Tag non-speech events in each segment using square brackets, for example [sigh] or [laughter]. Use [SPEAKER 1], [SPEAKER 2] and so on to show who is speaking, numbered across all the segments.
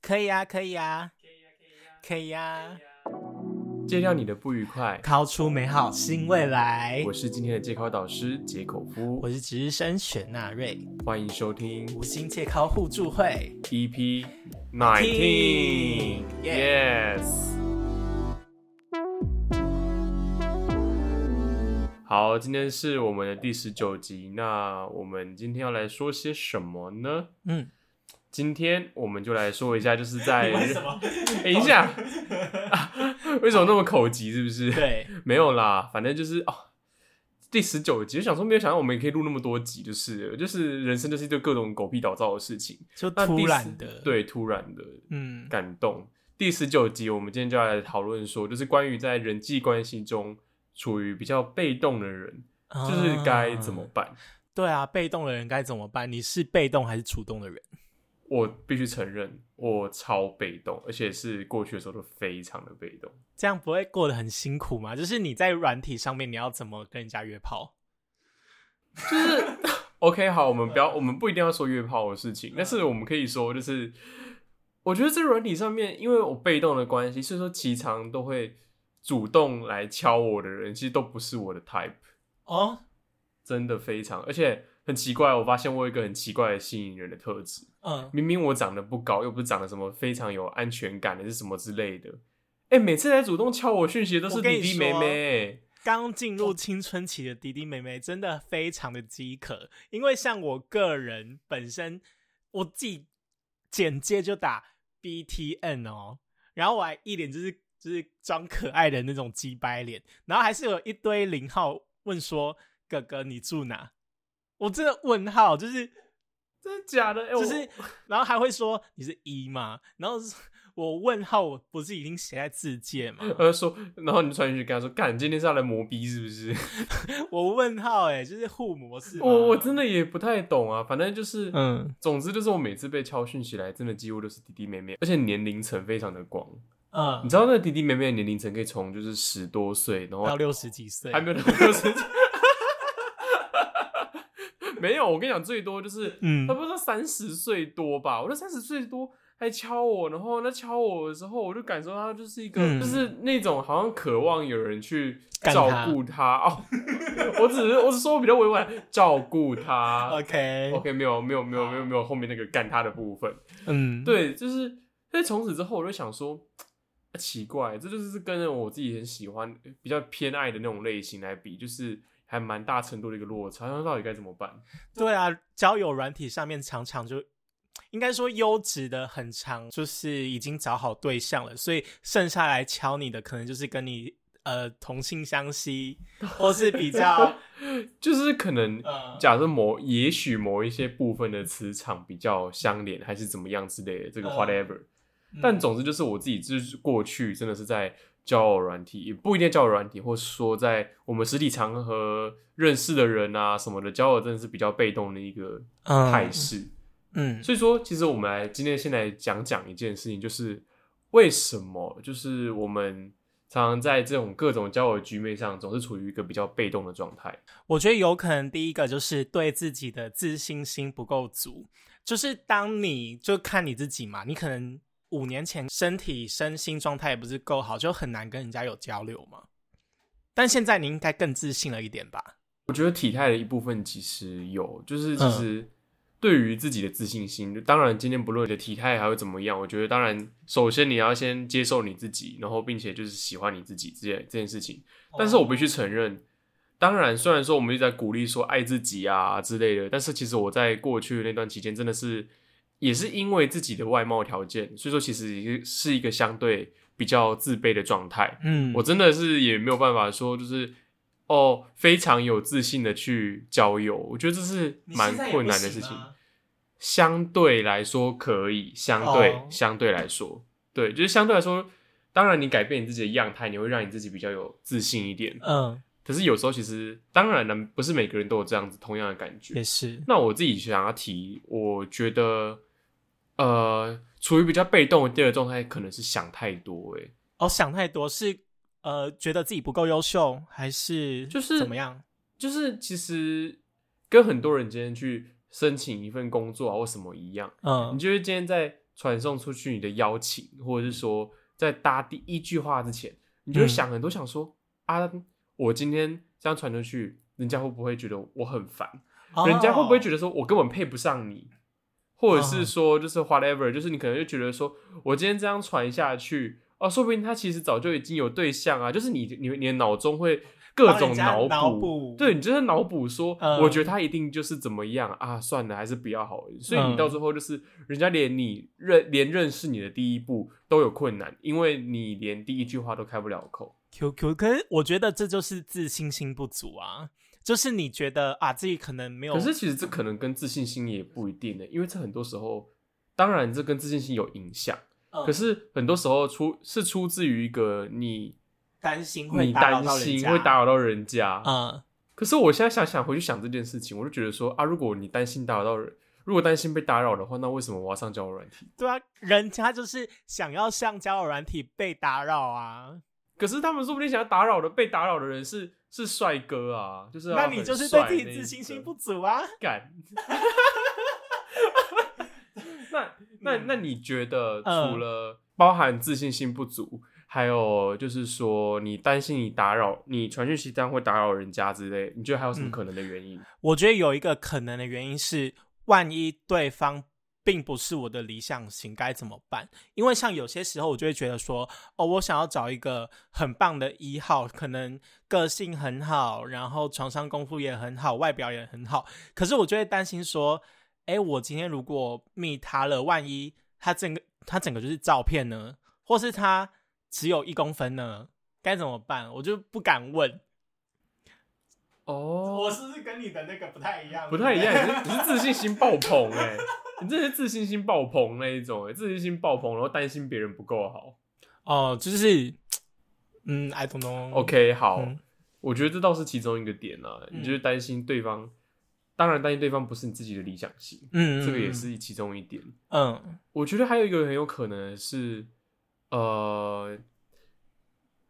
[SPEAKER 1] 可以呀、可以呀、
[SPEAKER 2] 啊
[SPEAKER 1] 可以啊呀、
[SPEAKER 2] 戒掉你的不愉快。
[SPEAKER 1] 掏出美好新未来。
[SPEAKER 2] 我是今天的戒口导师解口夫
[SPEAKER 1] 我，是值日生雪纳瑞，
[SPEAKER 2] 欢迎收听
[SPEAKER 1] 无心借靠互助会。
[SPEAKER 2] EP Nineteen。Yes。好，今天是我们的第十九集，那我们今天要来说些什么呢？
[SPEAKER 1] 嗯，
[SPEAKER 2] 今天我们就来说一下，就是 [laughs] 在
[SPEAKER 1] 么？
[SPEAKER 2] 等一 [laughs] 下，啊为什么那么口急？是不是？
[SPEAKER 1] [laughs] 对，
[SPEAKER 2] 没有啦，反正就是哦，第十九集，就想说没有想到我们也可以录那么多集，就是了就是人生就是一堆各种狗屁倒灶的事情，
[SPEAKER 1] 就
[SPEAKER 2] 那第
[SPEAKER 1] 突
[SPEAKER 2] 十
[SPEAKER 1] 然的。，
[SPEAKER 2] 对，突然的
[SPEAKER 1] 嗯，
[SPEAKER 2] 感动。第十九集，我们今天就要来讨论说，就是关于在人际关系中处于比较被动的人，就是该怎么
[SPEAKER 1] 啊？
[SPEAKER 2] 办。
[SPEAKER 1] 对啊，被动的人该怎么办？你是被动还是主动的人？
[SPEAKER 2] 我必须承认，我超被动，而且是过去的时候都非常的被动。
[SPEAKER 1] 这样不会过得很辛苦吗？就是你在软体上面，你要怎么跟人家约炮？
[SPEAKER 2] OK，好，我们不要，我们不一定要说约炮的事情，但是我们可以说，就是我觉得这软体上面，因为我被动的关系，所以说其常都会主动来敲我的人，其实都不是我的 type，
[SPEAKER 1] 哦，
[SPEAKER 2] 真的非常，而且很奇怪，我发现我有一个很奇怪的吸引人的特质，
[SPEAKER 1] 嗯，
[SPEAKER 2] 明明我长得不高，又不是长得什么非常有安全感的，是什么之类的，哎、每次来主动敲我讯息的都是
[SPEAKER 1] 我跟
[SPEAKER 2] 弟
[SPEAKER 1] 你
[SPEAKER 2] 弟妹
[SPEAKER 1] 说
[SPEAKER 2] 妹、
[SPEAKER 1] 刚进入青春期的弟弟妹妹真的非常的饥渴，因为像我个人本身，我自己简介就打 BTN 哦，然后我还一脸就是就是装可爱的那种鸡掰脸，然后还是有一堆零号问说哥哥你住哪？我真的问号就是。
[SPEAKER 2] 真的假的？哎、我
[SPEAKER 1] 就是，然后还会说你是一吗？然后 [laughs] 我问号，我不是已经写在字界吗？
[SPEAKER 2] 他就说，然后你就传讯息跟他说，干，你今天是要来磨逼是不是？
[SPEAKER 1] 我问号、欸，哎，就是互模式吗。
[SPEAKER 2] 我我真的也不太懂啊，反正就是，
[SPEAKER 1] 嗯
[SPEAKER 2] 总之就是我每次被敲讯息来，真的几乎都是弟弟妹妹，而且年龄层非常的广。
[SPEAKER 1] 嗯
[SPEAKER 2] 你，知道那个弟弟妹妹的年龄层可以从就是十多岁，然后
[SPEAKER 1] 到六十几岁
[SPEAKER 2] 还没有到六十几， [laughs] 没有。我跟你讲，最多就是
[SPEAKER 1] 嗯
[SPEAKER 2] 差不多三十岁多吧。我那三十岁多还敲我，然后那敲我的时候，我就感受到他就是一个，
[SPEAKER 1] 嗯
[SPEAKER 2] 就是那种好像渴望有人去
[SPEAKER 1] 干
[SPEAKER 2] 照
[SPEAKER 1] 他
[SPEAKER 2] 顾他哦。 [laughs] 我只是我只说比较委婉，照顾他。
[SPEAKER 1] [laughs] ，OK，
[SPEAKER 2] OK，没有没有没有没有没有后面那个干他的部分。
[SPEAKER 1] 嗯，，
[SPEAKER 2] 对，就是，但是从此之后，我就想说，啊奇怪，这就是跟我自己很喜欢、比较偏爱的那种类型来比，就是还蛮大程度的一个落差。那到底该怎么办？ [laughs]
[SPEAKER 1] 对啊，交友软体上面常常就。应该说优质的很长，就是已经找好对象了，所以剩下来敲你的可能就是跟你呃同性相
[SPEAKER 2] [laughs]
[SPEAKER 1] 吸，或是比较
[SPEAKER 2] 就是可能
[SPEAKER 1] 呃
[SPEAKER 2] 假设某，也许某一些部分的磁场比较相连，还是怎么样之类的，这个
[SPEAKER 1] 嗯
[SPEAKER 2] whatever。但总之就是我自己，就是过去真的是在交友软体，也不一定交友软体，或是说在我们实体场合认识的人啊什么的，交友真的是比较被动的一个
[SPEAKER 1] 嗯
[SPEAKER 2] 态势。
[SPEAKER 1] 嗯
[SPEAKER 2] 所以说，其实我们来今天先来讲讲一件事情，就是为什么就是我们常常在这种各种交友局面上，总是处于一个比较被动的状态。
[SPEAKER 1] 我觉得有可能第一个就是对自己的自信心不够足，就是当你就看你自己嘛，你可能五年前身体身心状态也不是够好，就很难跟人家有交流嘛。但现在你应该更自信了一点吧？
[SPEAKER 2] 我觉得体态的一部分其实有，就是其
[SPEAKER 1] 嗯
[SPEAKER 2] 实对于自己的自信心，当然今天不论你的体态还会怎么样，我觉得当然首先你要先接受你自己，然后并且就是喜欢你自己这件这件事情。哦但是我必须承认，当然，虽然说我们一直在鼓励说爱自己啊之类的，但是其实我在过去的那段期间，真的是也是因为自己的外貌条件，所以说其实是一个相对比较自卑的状态。
[SPEAKER 1] 嗯，
[SPEAKER 2] 我真的是也没有办法说，就是哦，非常有自信的去交友，我觉得这是蛮困难的事情。
[SPEAKER 1] 啊
[SPEAKER 2] 相对来说可以，相对、
[SPEAKER 1] 哦
[SPEAKER 2] 相对来说，对，就是相对来说，当然你改变你自己的样态，你会让你自己比较有自信一点。
[SPEAKER 1] 嗯，
[SPEAKER 2] 可是有时候其实，当然呢，不是每个人都有这样子同样的感觉
[SPEAKER 1] 也。是，
[SPEAKER 2] 那我自己想要提，我觉得，呃，处于比较被动的第二状态，可能是想太多、欸，
[SPEAKER 1] 哦，想太多是呃，觉得自己不够优秀，还是
[SPEAKER 2] 就是
[SPEAKER 1] 怎么样？
[SPEAKER 2] 就是其实跟很多人今天去申请一份工作啊或什么一样，
[SPEAKER 1] 嗯
[SPEAKER 2] 你，就是今天在传送出去你的邀请，或者是说在搭第一句话之前，你就会想很多，想说、啊，我今天这样传出去，人家会不会觉得我很烦？
[SPEAKER 1] 哦
[SPEAKER 2] 人家会不会觉
[SPEAKER 1] 得
[SPEAKER 2] 得说我根本配不上你，或者是说就是
[SPEAKER 1] 哦
[SPEAKER 2] whatever，就是你可能就觉得说我今天这样传下去，哦、说不定他其实早就已经有对象啊，就是你你你的脑中会各
[SPEAKER 1] 帮
[SPEAKER 2] 种
[SPEAKER 1] 人家
[SPEAKER 2] 脑补，
[SPEAKER 1] 脑补
[SPEAKER 2] 对你就是脑补说，
[SPEAKER 1] 嗯
[SPEAKER 2] 我觉得他一定就是怎么样啊，算了，还是不要好了，所以你
[SPEAKER 1] 嗯
[SPEAKER 2] 到最后就是人家连你认连认识你的第一步都有困难，因为你连第一句话都开不了口。
[SPEAKER 1] QQ？可是我觉得这就是自信心不足啊，就是你觉得啊自己可能没有，
[SPEAKER 2] 可是其实这可能跟自信心也不一定呢、因为这很多时候，当然这跟自信心有影响，
[SPEAKER 1] 嗯
[SPEAKER 2] 可是很多时候出是出自于一个你
[SPEAKER 1] 担心会
[SPEAKER 2] 你
[SPEAKER 1] 打
[SPEAKER 2] 担
[SPEAKER 1] 扰到人
[SPEAKER 2] 心
[SPEAKER 1] 家
[SPEAKER 2] 会打扰到人家。
[SPEAKER 1] 嗯
[SPEAKER 2] 可是我现在想想回去想这件事情，我就觉得说啊，如果你担心打扰到人，如果担心被打扰的话，那为什么我要上交友软体？
[SPEAKER 1] 对啊，人家就是想要上交友软体被打扰啊，
[SPEAKER 2] 可是他们说不定想要打扰的被打扰的人是是帅哥啊，就是要
[SPEAKER 1] 那你
[SPEAKER 2] 很
[SPEAKER 1] 就是
[SPEAKER 2] 帅
[SPEAKER 1] 对自己
[SPEAKER 2] 那一
[SPEAKER 1] 自信心
[SPEAKER 2] 个
[SPEAKER 1] 不足啊。
[SPEAKER 2] 干。 [laughs] 那那
[SPEAKER 1] 嗯
[SPEAKER 2] 那你觉得
[SPEAKER 1] 呃
[SPEAKER 2] 除了包含自信心不足，还有就是说你担心你打扰你传讯息，但会打扰人家之类，你觉得还有
[SPEAKER 1] 嗯
[SPEAKER 2] 什么可能的原因？
[SPEAKER 1] 我觉得有一个可能的原因是，万一对方并不是我的理想型，该怎么办？因为像有些时候，我就会觉得说，哦，我想要找一个很棒的一号，可能个性很好，然后床上功夫也很好，外表也很好，可是我就会担心说，哎，我今天如果密他了，万一他整个他整个就是照片呢，或是他只有一公分呢，该怎么办？我就不敢问。
[SPEAKER 2] 哦，
[SPEAKER 1] 是不是跟你的那个不太一样
[SPEAKER 2] 不太一样，你是你是自信心爆棚哎、你这是自信心爆棚那一种、欸，自信心爆棚，然后担心别人不够好。
[SPEAKER 1] 哦，就是，嗯，I don't know。
[SPEAKER 2] OK，好，
[SPEAKER 1] 嗯
[SPEAKER 2] 我觉得这倒是其中一个点啊，
[SPEAKER 1] 嗯
[SPEAKER 2] 你就是担心对方，当然担心对方不是你自己的理想型，
[SPEAKER 1] 嗯，嗯
[SPEAKER 2] 这个也，是其中一点。
[SPEAKER 1] 嗯
[SPEAKER 2] 我觉得还有一个很有可能是，呃，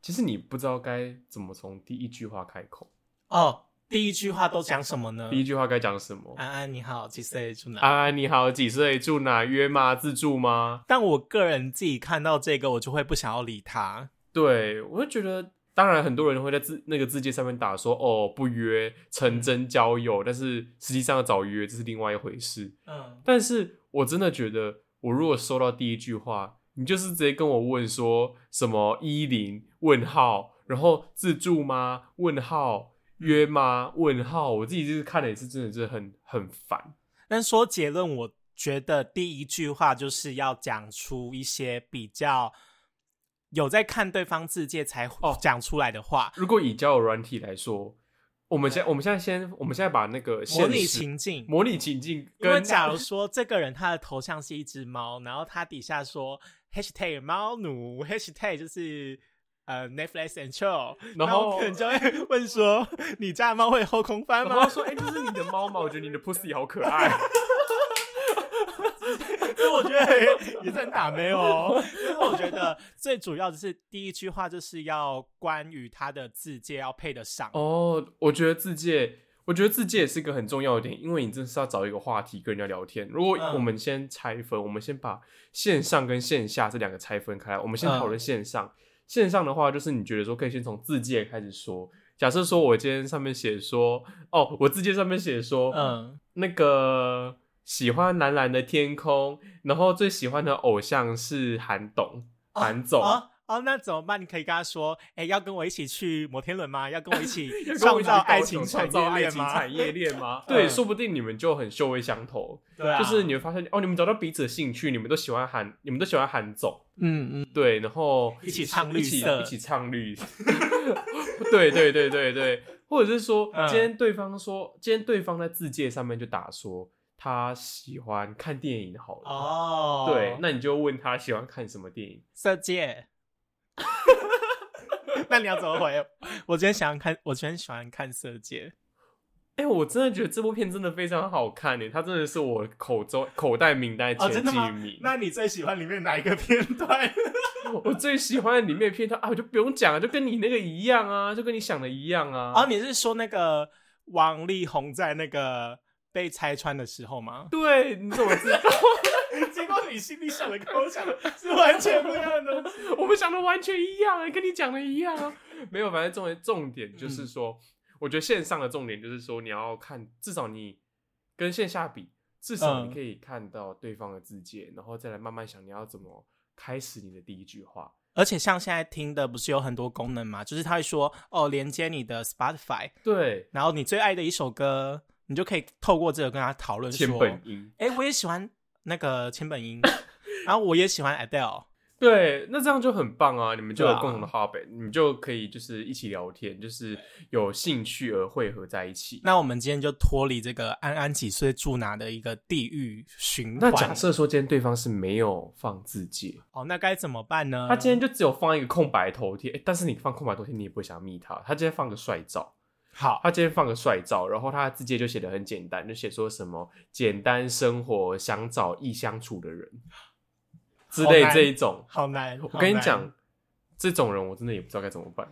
[SPEAKER 2] 其实你不知道该怎么从第一句话开口，
[SPEAKER 1] 哦，第一句话都讲什么呢？
[SPEAKER 2] 第一句话该讲什么？
[SPEAKER 1] 安安你好，几岁住哪？
[SPEAKER 2] 安安你好，几岁？住哪？约吗？自助吗？
[SPEAKER 1] 但我个人自己看到这个，我就会不想要理他。
[SPEAKER 2] 对，我就觉得，当然很多人会在字那个字界上面打说，哦，不约，成真交友，但是实际上要早约，这是另外一回事。
[SPEAKER 1] 嗯，
[SPEAKER 2] 但是我真的觉得，我如果收到第一句话，你就是直接跟我问说什么一零问号，然后自助吗？问号约吗？问号，我自己就是看了也是真的是很很烦。
[SPEAKER 1] 但说结论，我觉得第一句话就是要讲出一些比较有在看对方字界才
[SPEAKER 2] 哦
[SPEAKER 1] 讲出来的话，
[SPEAKER 2] 如果以交友软体来说，我们现我们现在先我们现在把那个
[SPEAKER 1] 模
[SPEAKER 2] 现
[SPEAKER 1] 拟
[SPEAKER 2] 实
[SPEAKER 1] 情境。
[SPEAKER 2] 模拟情境
[SPEAKER 1] 因为
[SPEAKER 2] 跟
[SPEAKER 1] 假如说这个人他的头像是一只猫，然后他底下说 hashtag 猫奴，hashtag 就是呃 Netflix and chill，
[SPEAKER 2] 然
[SPEAKER 1] 后
[SPEAKER 2] 后
[SPEAKER 1] 可能就会 [laughs] 问说你家的猫会后空翻
[SPEAKER 2] 然后
[SPEAKER 1] 吗？
[SPEAKER 2] 说，哎、这是你的猫吗？我觉得你的 pussy 好
[SPEAKER 1] [laughs]
[SPEAKER 2] 可爱。
[SPEAKER 1] 所以我觉得也是很
[SPEAKER 2] [laughs]
[SPEAKER 1] 打没哦。因为我觉得最主要就是第一句话就是要关于他的字界要配得上。
[SPEAKER 2] 哦，我觉得自介，我觉得自介也是一个很重要的点，因为你真的是要找一个话题跟人家聊天。如果
[SPEAKER 1] 嗯
[SPEAKER 2] 我们先拆分，我们先把线上跟线下这两个拆分开来，我们先
[SPEAKER 1] 嗯
[SPEAKER 2] 讨论线上。线上的话，就是你觉得说可以先从自介开始说。假设说我今天上面写说，哦，我自介上面写说，
[SPEAKER 1] 嗯，
[SPEAKER 2] 那个喜欢蓝蓝的天空，然后最喜欢的偶像是韩董，韩总。
[SPEAKER 1] 哦哦，那怎么办？你可以跟他说，哎，要跟我一起去摩天轮吗？要跟我一
[SPEAKER 2] [laughs]
[SPEAKER 1] 起创造爱情
[SPEAKER 2] 创
[SPEAKER 1] 产
[SPEAKER 2] 造
[SPEAKER 1] 业
[SPEAKER 2] 爱
[SPEAKER 1] 链
[SPEAKER 2] 情
[SPEAKER 1] 吗？
[SPEAKER 2] 产业链吗？
[SPEAKER 1] 嗯
[SPEAKER 2] 对，说不定你们就很嗅味相投，
[SPEAKER 1] 对啊，
[SPEAKER 2] 就是你会发现哦，你们找到彼此的兴趣，你们都喜欢韩，你们都喜欢韩总，
[SPEAKER 1] 嗯嗯。
[SPEAKER 2] 对，然后
[SPEAKER 1] 一起唱绿色
[SPEAKER 2] 一起一起唱绿， [laughs] 对对对对对，或者是说
[SPEAKER 1] 嗯
[SPEAKER 2] 今天对方说，今天对方在字界上面就打说他喜欢看电影，好了。
[SPEAKER 1] 哦，
[SPEAKER 2] 对，那你就问他喜欢看什么电影？
[SPEAKER 1] 色戒。 [laughs] 那你要怎么回？我今天想看，我今天喜欢看色戒。
[SPEAKER 2] 哎、我真的觉得这部片真的非常好看呢，它真的是我口中口袋名单
[SPEAKER 1] 哦
[SPEAKER 2] 前几名。
[SPEAKER 1] 你最喜欢里面哪一个片段？
[SPEAKER 2] 我最喜欢的里面的片段啊，我就不用讲了，就跟你那个一样啊，就跟你想的一样啊。
[SPEAKER 1] [laughs] 哦，你是说那个王力宏在那个被拆穿的时候吗？ [laughs]
[SPEAKER 2] 对，你怎么知道？
[SPEAKER 1] 结果你心里想的跟我想的是完全不一样的东西。
[SPEAKER 2] 我们想的完全一样、欸，跟你讲的一样、啊。没有，反正重点重点
[SPEAKER 1] 嗯
[SPEAKER 2] 就是说，我觉得线上的重点就是说，你要看，至少你跟线下比，至少
[SPEAKER 1] 嗯
[SPEAKER 2] 你可以看到对方的字界，然后再来慢慢想你要怎么开始你的第一句话。
[SPEAKER 1] 而且像现在听的不是有很多功能嘛，就是他会说哦，连接你的 Spotify，
[SPEAKER 2] 对，
[SPEAKER 1] 然后你最爱的一首歌，你就可以透过这个跟他讨论
[SPEAKER 2] 千
[SPEAKER 1] 说，
[SPEAKER 2] 本樱。
[SPEAKER 1] 哎、我也喜欢那个千本樱，然后我也喜欢 Adele，
[SPEAKER 2] 对，那这样就很棒啊！你们就
[SPEAKER 1] 对
[SPEAKER 2] 有
[SPEAKER 1] 啊
[SPEAKER 2] 共同的 hobby，、你们就可以就是一起聊天，就是有兴趣而汇合在一起。
[SPEAKER 1] 那我们今天就脱离这个安安几岁住哪的一个地狱循
[SPEAKER 2] 那
[SPEAKER 1] 环。
[SPEAKER 2] 假设说今天对方是没有放字界，
[SPEAKER 1] 哦，那该怎么办呢？
[SPEAKER 2] 他今天就只有放一个空白头贴、诶但是你放空白头贴，你也不会想密他。他今天放个帅照，
[SPEAKER 1] 好，
[SPEAKER 2] 他今天放个帅照，然后他字界就写的很简单，就写说什么简单生活，想找易相处的人之类
[SPEAKER 1] 好难
[SPEAKER 2] 这一种。
[SPEAKER 1] 好难。
[SPEAKER 2] 我跟你
[SPEAKER 1] 好难，
[SPEAKER 2] 讲，这种人我真的也不知道该怎么办。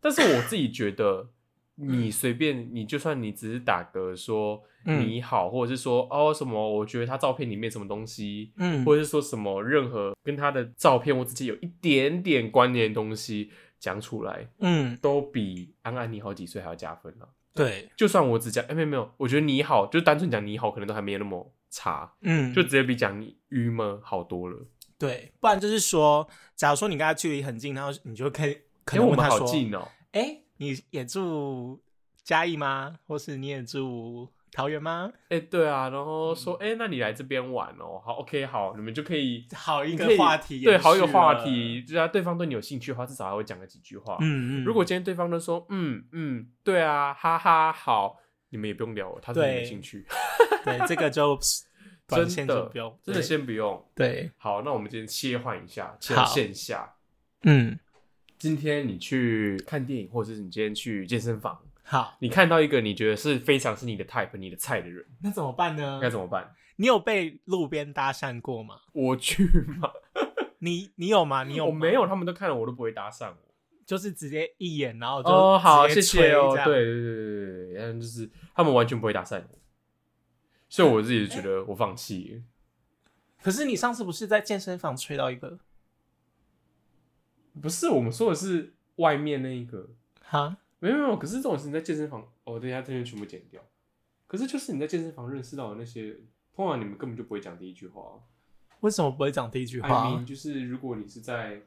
[SPEAKER 2] 但是我自己觉
[SPEAKER 1] [laughs]
[SPEAKER 2] 得，你随便，你就算你只是打个说
[SPEAKER 1] 嗯
[SPEAKER 2] 你好，或者是说哦什么，我觉得他照片里面什么东西，
[SPEAKER 1] 嗯，
[SPEAKER 2] 或者是说什么任何跟他的照片我之间有一点点关联的东西讲出来，
[SPEAKER 1] 嗯，
[SPEAKER 2] 都比安安你好几岁还要加分啊。
[SPEAKER 1] 对，
[SPEAKER 2] 就算我只讲，哎、没有没有，我觉得你好，就单纯讲你好，可能都还没有那么差，
[SPEAKER 1] 嗯，
[SPEAKER 2] 就直接比讲你郁闷好多了。
[SPEAKER 1] 对，不然就是说，假如说你跟他距离很近，然后你就可以可
[SPEAKER 2] 因
[SPEAKER 1] 能
[SPEAKER 2] 为我
[SPEAKER 1] 问
[SPEAKER 2] 们
[SPEAKER 1] 他
[SPEAKER 2] 好
[SPEAKER 1] 说，
[SPEAKER 2] 近哦、
[SPEAKER 1] 哎、你也住嘉义吗？或是你也住桃园吗？
[SPEAKER 2] 哎、对啊，然后说，
[SPEAKER 1] 嗯
[SPEAKER 2] 哎、那你来这边玩哦，好，OK，好，你们就可以
[SPEAKER 1] 好一
[SPEAKER 2] 你
[SPEAKER 1] 个
[SPEAKER 2] 可以
[SPEAKER 1] 话题，
[SPEAKER 2] 对，好有话。题，就是啊对方对你有兴趣的话，至少还会讲个几句话。
[SPEAKER 1] 嗯嗯，
[SPEAKER 2] 如果今天对方都说，嗯嗯，对啊，哈哈，好，你们也不用聊了，他对你没
[SPEAKER 1] 对
[SPEAKER 2] 兴趣，
[SPEAKER 1] 对这个就短
[SPEAKER 2] 真
[SPEAKER 1] 线就
[SPEAKER 2] 的
[SPEAKER 1] 不用，
[SPEAKER 2] 真的
[SPEAKER 1] 对
[SPEAKER 2] 先不用。
[SPEAKER 1] 对，
[SPEAKER 2] 好，那我们今天切换一下，切
[SPEAKER 1] 好
[SPEAKER 2] 线下。
[SPEAKER 1] 嗯，
[SPEAKER 2] 今天你去看电影，或者是你今天去健身房，
[SPEAKER 1] 好，
[SPEAKER 2] 你看到一个你觉得是非常是你的 type、你的菜的人，
[SPEAKER 1] 那怎么办呢
[SPEAKER 2] 该？怎么办？
[SPEAKER 1] 你有被路边搭讪过吗？
[SPEAKER 2] 我去吗？
[SPEAKER 1] 你你有吗？你有
[SPEAKER 2] 我
[SPEAKER 1] 吗
[SPEAKER 2] 没有，他们都看了我都不会搭讪我。
[SPEAKER 1] 就是直接一眼，然后就
[SPEAKER 2] 哦，好，
[SPEAKER 1] 直
[SPEAKER 2] 谢
[SPEAKER 1] 接
[SPEAKER 2] 谢
[SPEAKER 1] 吹
[SPEAKER 2] 哦。
[SPEAKER 1] 这样
[SPEAKER 2] 对对对对对，然后就是他们完全不会搭讪我，所以我自己觉得我放弃了。
[SPEAKER 1] 可是你上次不是在健身房吹到一个
[SPEAKER 2] 不是，我们说的是外面那一个，
[SPEAKER 1] 哈？
[SPEAKER 2] 没有没有。可是这种事情在健身房，哦，等一下这边全部剪掉。可是就是你在健身房认识到的那些，通常你们根本就不会讲第一句话。
[SPEAKER 1] 为什么不会讲第一句
[SPEAKER 2] 艾
[SPEAKER 1] 话？啊
[SPEAKER 2] 明就是如果你是在，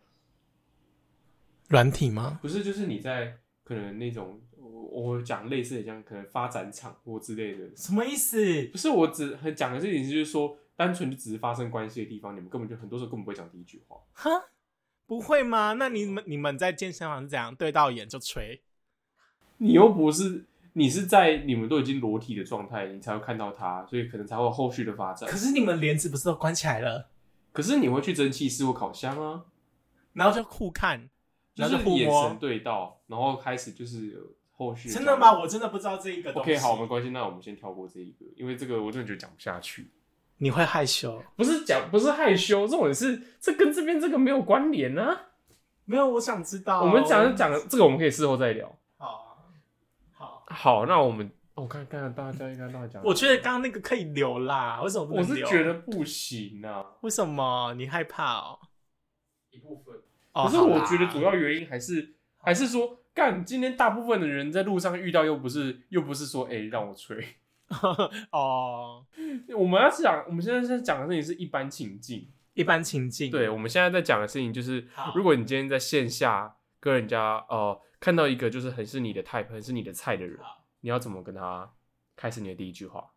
[SPEAKER 1] 软体吗？
[SPEAKER 2] 不是就是你在可能那种，我我讲类似的像可能发展场或之类的
[SPEAKER 1] 什么意思？
[SPEAKER 2] 不是，我只很讲的事情就是说，单纯就只是发生关系的地方，你们根本就很多时候根本不会讲第一句话。
[SPEAKER 1] 哈，不会吗？那你们你们在健身房是怎样对到眼就吹？
[SPEAKER 2] 你又不是，你是在你们都已经裸体的状态，你才会看到他，所以可能才会有后续的发展
[SPEAKER 1] 可。是你们帘子不是都关起来了，
[SPEAKER 2] 可是你会去蒸汽室或烤箱啊，
[SPEAKER 1] 然后就互看，然后
[SPEAKER 2] 是
[SPEAKER 1] 互
[SPEAKER 2] 眼神
[SPEAKER 1] 摸。
[SPEAKER 2] 对到，然后开始就是有后续。
[SPEAKER 1] 真的吗？我真的不知道这一个东西。
[SPEAKER 2] ？OK，好，没关系，那我们先跳过这一个，因为这个我真的觉得讲不下去。
[SPEAKER 1] 你会害羞？
[SPEAKER 2] 不是讲，不是害羞，这种是这跟这边这个没有关联啊。
[SPEAKER 1] 没有，我想知道。
[SPEAKER 2] 哦我们讲讲这个，我们可以事后再聊。
[SPEAKER 1] 好啊，好。
[SPEAKER 2] 好，那我们我、看看看大家应该大家讲，
[SPEAKER 1] 我觉得刚刚那个可以留啦，为什么不
[SPEAKER 2] 我
[SPEAKER 1] 能
[SPEAKER 2] 是
[SPEAKER 1] 留？
[SPEAKER 2] 觉得不行啊，
[SPEAKER 1] 为什么你害怕哦？
[SPEAKER 2] 一部分。
[SPEAKER 1] 哦
[SPEAKER 2] 可是
[SPEAKER 1] 好
[SPEAKER 2] 我
[SPEAKER 1] 啦
[SPEAKER 2] 觉得主要原因还是还是说，干今天大部分的人在路上遇到又不是又不是说哎、让我吹，
[SPEAKER 1] [laughs]
[SPEAKER 2] [laughs]
[SPEAKER 1] 哦，
[SPEAKER 2] 我们要讲我们现在在讲的事情是一般情境，
[SPEAKER 1] 一般情境
[SPEAKER 2] 对，我们现在在讲的事情就是
[SPEAKER 1] 好，
[SPEAKER 2] 如果你今天在线下跟人家呃看到一个就是很是你的 type 很是你的菜的人
[SPEAKER 1] 好，
[SPEAKER 2] 你要怎么跟他开始你的第一句话？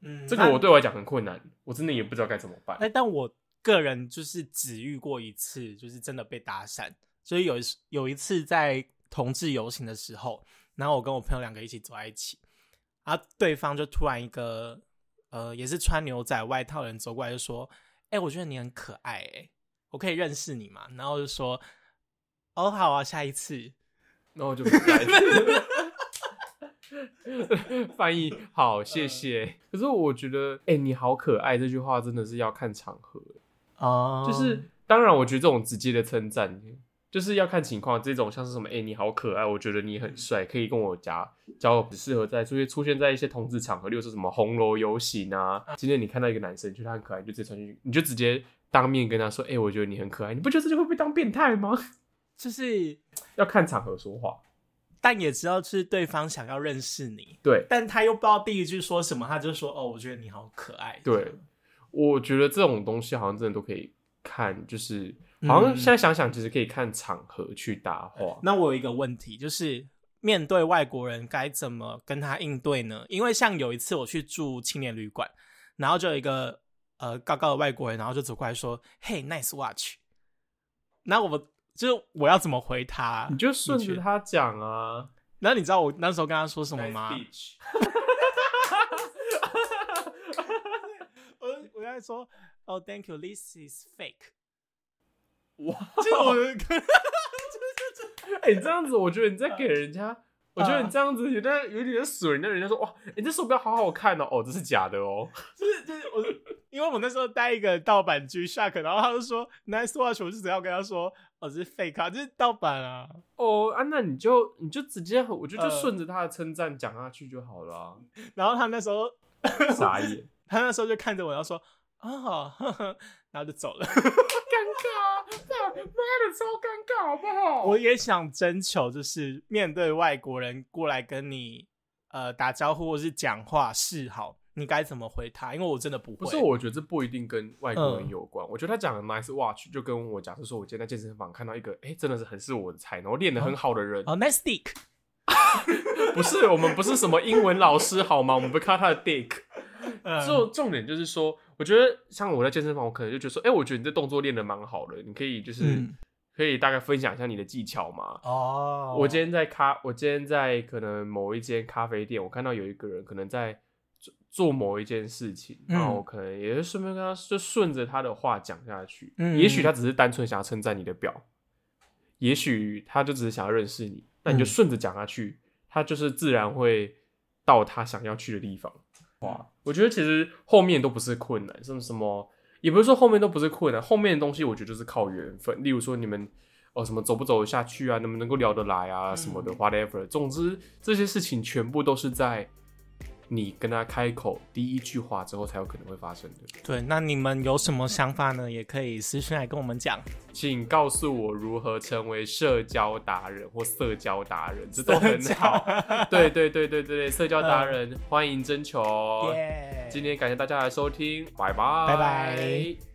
[SPEAKER 1] 嗯，
[SPEAKER 2] 这个我对我来讲很困难，我真的也不知道该怎么办
[SPEAKER 1] 哎、。但我个人就是只遇过一次，就是真的被搭讪。所以有一次有一次在同志游行的时候，然后我跟我朋友两个一起走在一起，然后对方就突然一个呃也是穿牛仔外套的人走过来就说：“哎、我觉得你很可爱、哎，我可以认识你嘛？”然后就说：“哦，好啊，下一次。
[SPEAKER 2] 然后我就 [laughs] 不开始。翻译 [laughs] 好，谢谢。可是我觉得，哎、你好可爱这句话真的是要看场合，”
[SPEAKER 1] 哦
[SPEAKER 2] 就是当然，我觉得这种直接的称赞就是要看情况。这种像是什么，哎、你好可爱，我觉得你很帅，可以跟我夹交友，适合在出现出现在一些同志场合，例如说什么红楼游行啊。今天你看到一个男生，觉得他很可爱，你就直接传进去，你就直接当面跟他说，哎、我觉得你很可爱，你不觉得这就会被当变态吗？ [laughs]
[SPEAKER 1] 就是
[SPEAKER 2] 要看场合说话。
[SPEAKER 1] 但也知道是对方想要认识你，
[SPEAKER 2] 对，
[SPEAKER 1] 但他又不知道第一句说什么，他就说：“哦，我觉得你好可爱。”
[SPEAKER 2] 对，我觉得这种东西好像真的都可以看，就是好像现在想想，其实可以看场合去搭话。
[SPEAKER 1] 那我有一个问题，就是面对外国人该怎么跟他应对呢？因为像有一次我去住青年旅馆，然后就有一个呃高高的外国人，然后就走过来说：“Hey, nice watch。”那我就是我要怎么回他
[SPEAKER 2] 你？就顺着
[SPEAKER 1] 的确
[SPEAKER 2] 他讲啊，
[SPEAKER 1] 然后你知道我那时候跟他说什么吗？我呃我跟他说：“哦、t h a n k you, this is fake。”
[SPEAKER 2] [laughs] 哇，
[SPEAKER 1] 就是我 [laughs] 的
[SPEAKER 2] 哎、这样子，我觉得你在给人家，我觉得你这样子有点有点损人家。人家说哇，你、这手表好好看哦，哦，这是假的哦。
[SPEAKER 1] 就是就是我，因为我那时候带一个盗版 G Shock，然后他就说 Nice Watch，我就只要跟他说哦，这是 fake 啊，这是盗版啊。
[SPEAKER 2] 哦啊，那你就你就直接，我觉得就
[SPEAKER 1] 呃
[SPEAKER 2] 顺着他的称赞讲下去就好了 [laughs] 啊、
[SPEAKER 1] 然后他那时候
[SPEAKER 2] 傻眼，
[SPEAKER 1] 他那时候就看着我，然后说哦 [laughs] 呵呵，然后就走了。
[SPEAKER 2] 尴尬，妈的，超尴尬，好不好
[SPEAKER 1] 哦我也想征求，就是面对外国人过来跟你呃打招呼或是讲话示好，你该怎么回他？因为我真的不会。嗯
[SPEAKER 2] 不是，我觉得这不一定跟外国人有关。我觉得他讲的 nice watch，就跟我假设说，我今天在健身房看到一个，哎、真的是很是我的菜，然后练得很好的人，
[SPEAKER 1] 哦，Nice Dick，
[SPEAKER 2] 不是我们不是什么英文老师好吗？我们不看他的 dick。
[SPEAKER 1] 嗯
[SPEAKER 2] 重重点就是说，我觉得像我在健身房，我可能就觉得说，哎、我觉得你这动作练得蛮好的，你可以就是、
[SPEAKER 1] 嗯
[SPEAKER 2] 可以大概分享一下你的技巧吗？
[SPEAKER 1] 哦，
[SPEAKER 2] 我今天在咖，我今天在可能某一间咖啡店，我看到有一个人可能在做做某一件事情，
[SPEAKER 1] 嗯
[SPEAKER 2] 然后我可能也是顺便跟他就顺着他的话讲下去。
[SPEAKER 1] 嗯
[SPEAKER 2] 也许他只是单纯想要称赞你的表，也许他就只是想要认识你，那你就
[SPEAKER 1] 嗯
[SPEAKER 2] 顺着讲下去，他就是自然会到他想要去的地方。哇，我觉得其实后面都不是困难，什么什么。也不是说后面都不是困难，后面的东西我觉得就是靠缘分。例如说你们哦什么走不走得下去啊，能不能够聊得来啊什么的、
[SPEAKER 1] 嗯
[SPEAKER 2] w h a t e v e r 总之这些事情全部都是在你跟他开口第一句话之后才有可能会发生的。
[SPEAKER 1] 对，那你们有什么想法呢？也可以私信来跟我们讲。
[SPEAKER 2] 请告诉我如何成为社交达人或社交达人，这
[SPEAKER 1] [laughs]
[SPEAKER 2] 都很
[SPEAKER 1] 社交嗯
[SPEAKER 2] 好。对对对对对对，社交达人、欢迎征求。哦
[SPEAKER 1] 耶
[SPEAKER 2] 今天感谢大家的收听，拜拜
[SPEAKER 1] 拜拜